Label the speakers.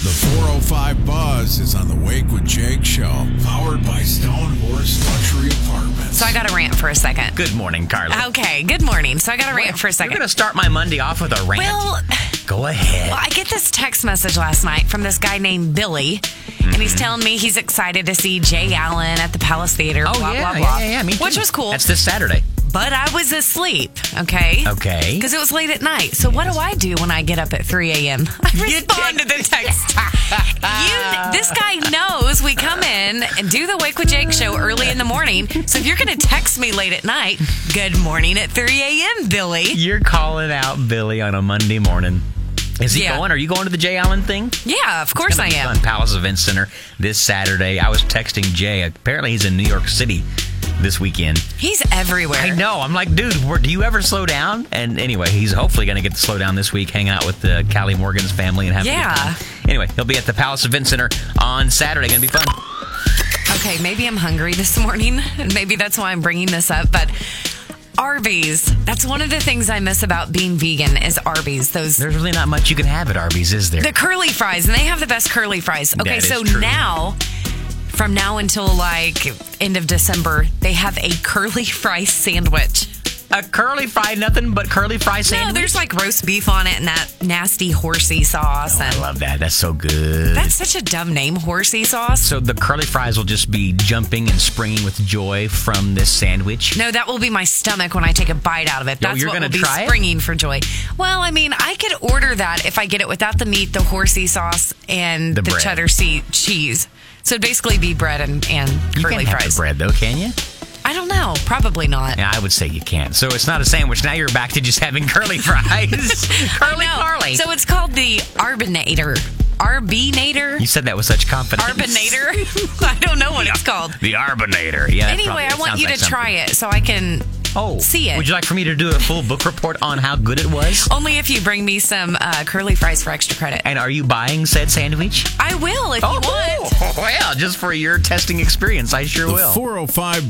Speaker 1: The 405 Buzz is on the Wake with Jake show, powered by Stone Horse Luxury Apartments.
Speaker 2: So I got to rant for a second.
Speaker 3: Good morning, Carla.
Speaker 2: Okay, good morning. So I got to rant for a
Speaker 3: You're
Speaker 2: second.
Speaker 3: going to start my Monday off with a rant.
Speaker 2: well,
Speaker 3: Go ahead.
Speaker 2: well, I get this text message last night from this guy named Billy, and he's
Speaker 3: Mm-hmm.
Speaker 2: telling me he's excited to see Jay Allen at the Palace Theater.
Speaker 3: Oh,
Speaker 2: blah, blah, blah, Which was cool,
Speaker 3: That's this Saturday.
Speaker 2: but I was asleep, okay?
Speaker 3: Okay.
Speaker 2: Because it was late at night. So what do I do when I get up at 3 a.m.? I respond to the text. you, this guy knows we come in and do the Wake with Jake show early in the morning. So if you're going to text me late at night, good morning at 3 a.m., Billy.
Speaker 3: You're calling out Billy on a Monday morning. Is he
Speaker 2: Yeah.
Speaker 3: going? Are you going to the Jay Allen thing?
Speaker 2: Yeah, of course I
Speaker 3: It's
Speaker 2: am.
Speaker 3: On Palace Event Center this Saturday. I was texting Jay. Apparently, he's in New York City this weekend.
Speaker 2: He's everywhere.
Speaker 3: I know. I'm like, dude, where, do you ever slow down? And anyway, he's hopefully going to get to slow down this week, hang out with the Callie Morgan's family and have a good
Speaker 2: Yeah.
Speaker 3: time. Anyway, he'll be at the Palace Event Center on Saturday. Going to be fun.
Speaker 2: Okay, maybe I'm hungry this morning. Maybe that's why I'm bringing this up, but Arby's. That's one of the things I miss about being vegan is Arby's. Those
Speaker 3: There's really not much you can have at Arby's, is there?
Speaker 2: The curly fries, and they have the best curly fries. Okay,
Speaker 3: That is
Speaker 2: so
Speaker 3: true.
Speaker 2: now, from now until like end of December, they have a curly fry sandwich.
Speaker 3: a curly fry, nothing but curly fry
Speaker 2: No,
Speaker 3: sandwich.
Speaker 2: there's like roast beef on it and that nasty horsey sauce.
Speaker 3: I
Speaker 2: and
Speaker 3: love that. That's so good.
Speaker 2: that's such a dumb name, horsey sauce.
Speaker 3: so the curly fries will just be jumping and springing with joy from this sandwich.
Speaker 2: No, that will be my stomach when I take a bite out of it.
Speaker 3: Yo,
Speaker 2: That's
Speaker 3: you're
Speaker 2: what
Speaker 3: gonna
Speaker 2: will be
Speaker 3: try it?
Speaker 2: springing for joy. Well, I mean, I could order that if I get it without the meat, the horsey sauce, and
Speaker 3: The
Speaker 2: the,
Speaker 3: bread.
Speaker 2: cheddar sea cheese. So it'd basically be bread and, and
Speaker 3: You
Speaker 2: curly
Speaker 3: can't have the
Speaker 2: fries.
Speaker 3: bread though, can you?
Speaker 2: I don't know. Probably not.
Speaker 3: Yeah, I would say you can't. So it's not a sandwich. Now you're back to just having curly fries. curly
Speaker 2: No.
Speaker 3: Carly.
Speaker 2: So it's called the Arbinator. Arbinator?
Speaker 3: you said that with such confidence.
Speaker 2: Arbinator? I don't know what it's called.
Speaker 3: The Arbinator. Yeah.
Speaker 2: Anyway, I want you to try it so I can.
Speaker 3: Oh,
Speaker 2: see it.
Speaker 3: Would you like for me to do a full book report on how good it was?
Speaker 2: Only if you bring me some uh, curly fries for extra credit.
Speaker 3: And are you buying said sandwich? Oh,
Speaker 2: I will if you want.
Speaker 3: well, just for your testing experience, I sure
Speaker 1: The
Speaker 3: will.
Speaker 1: 405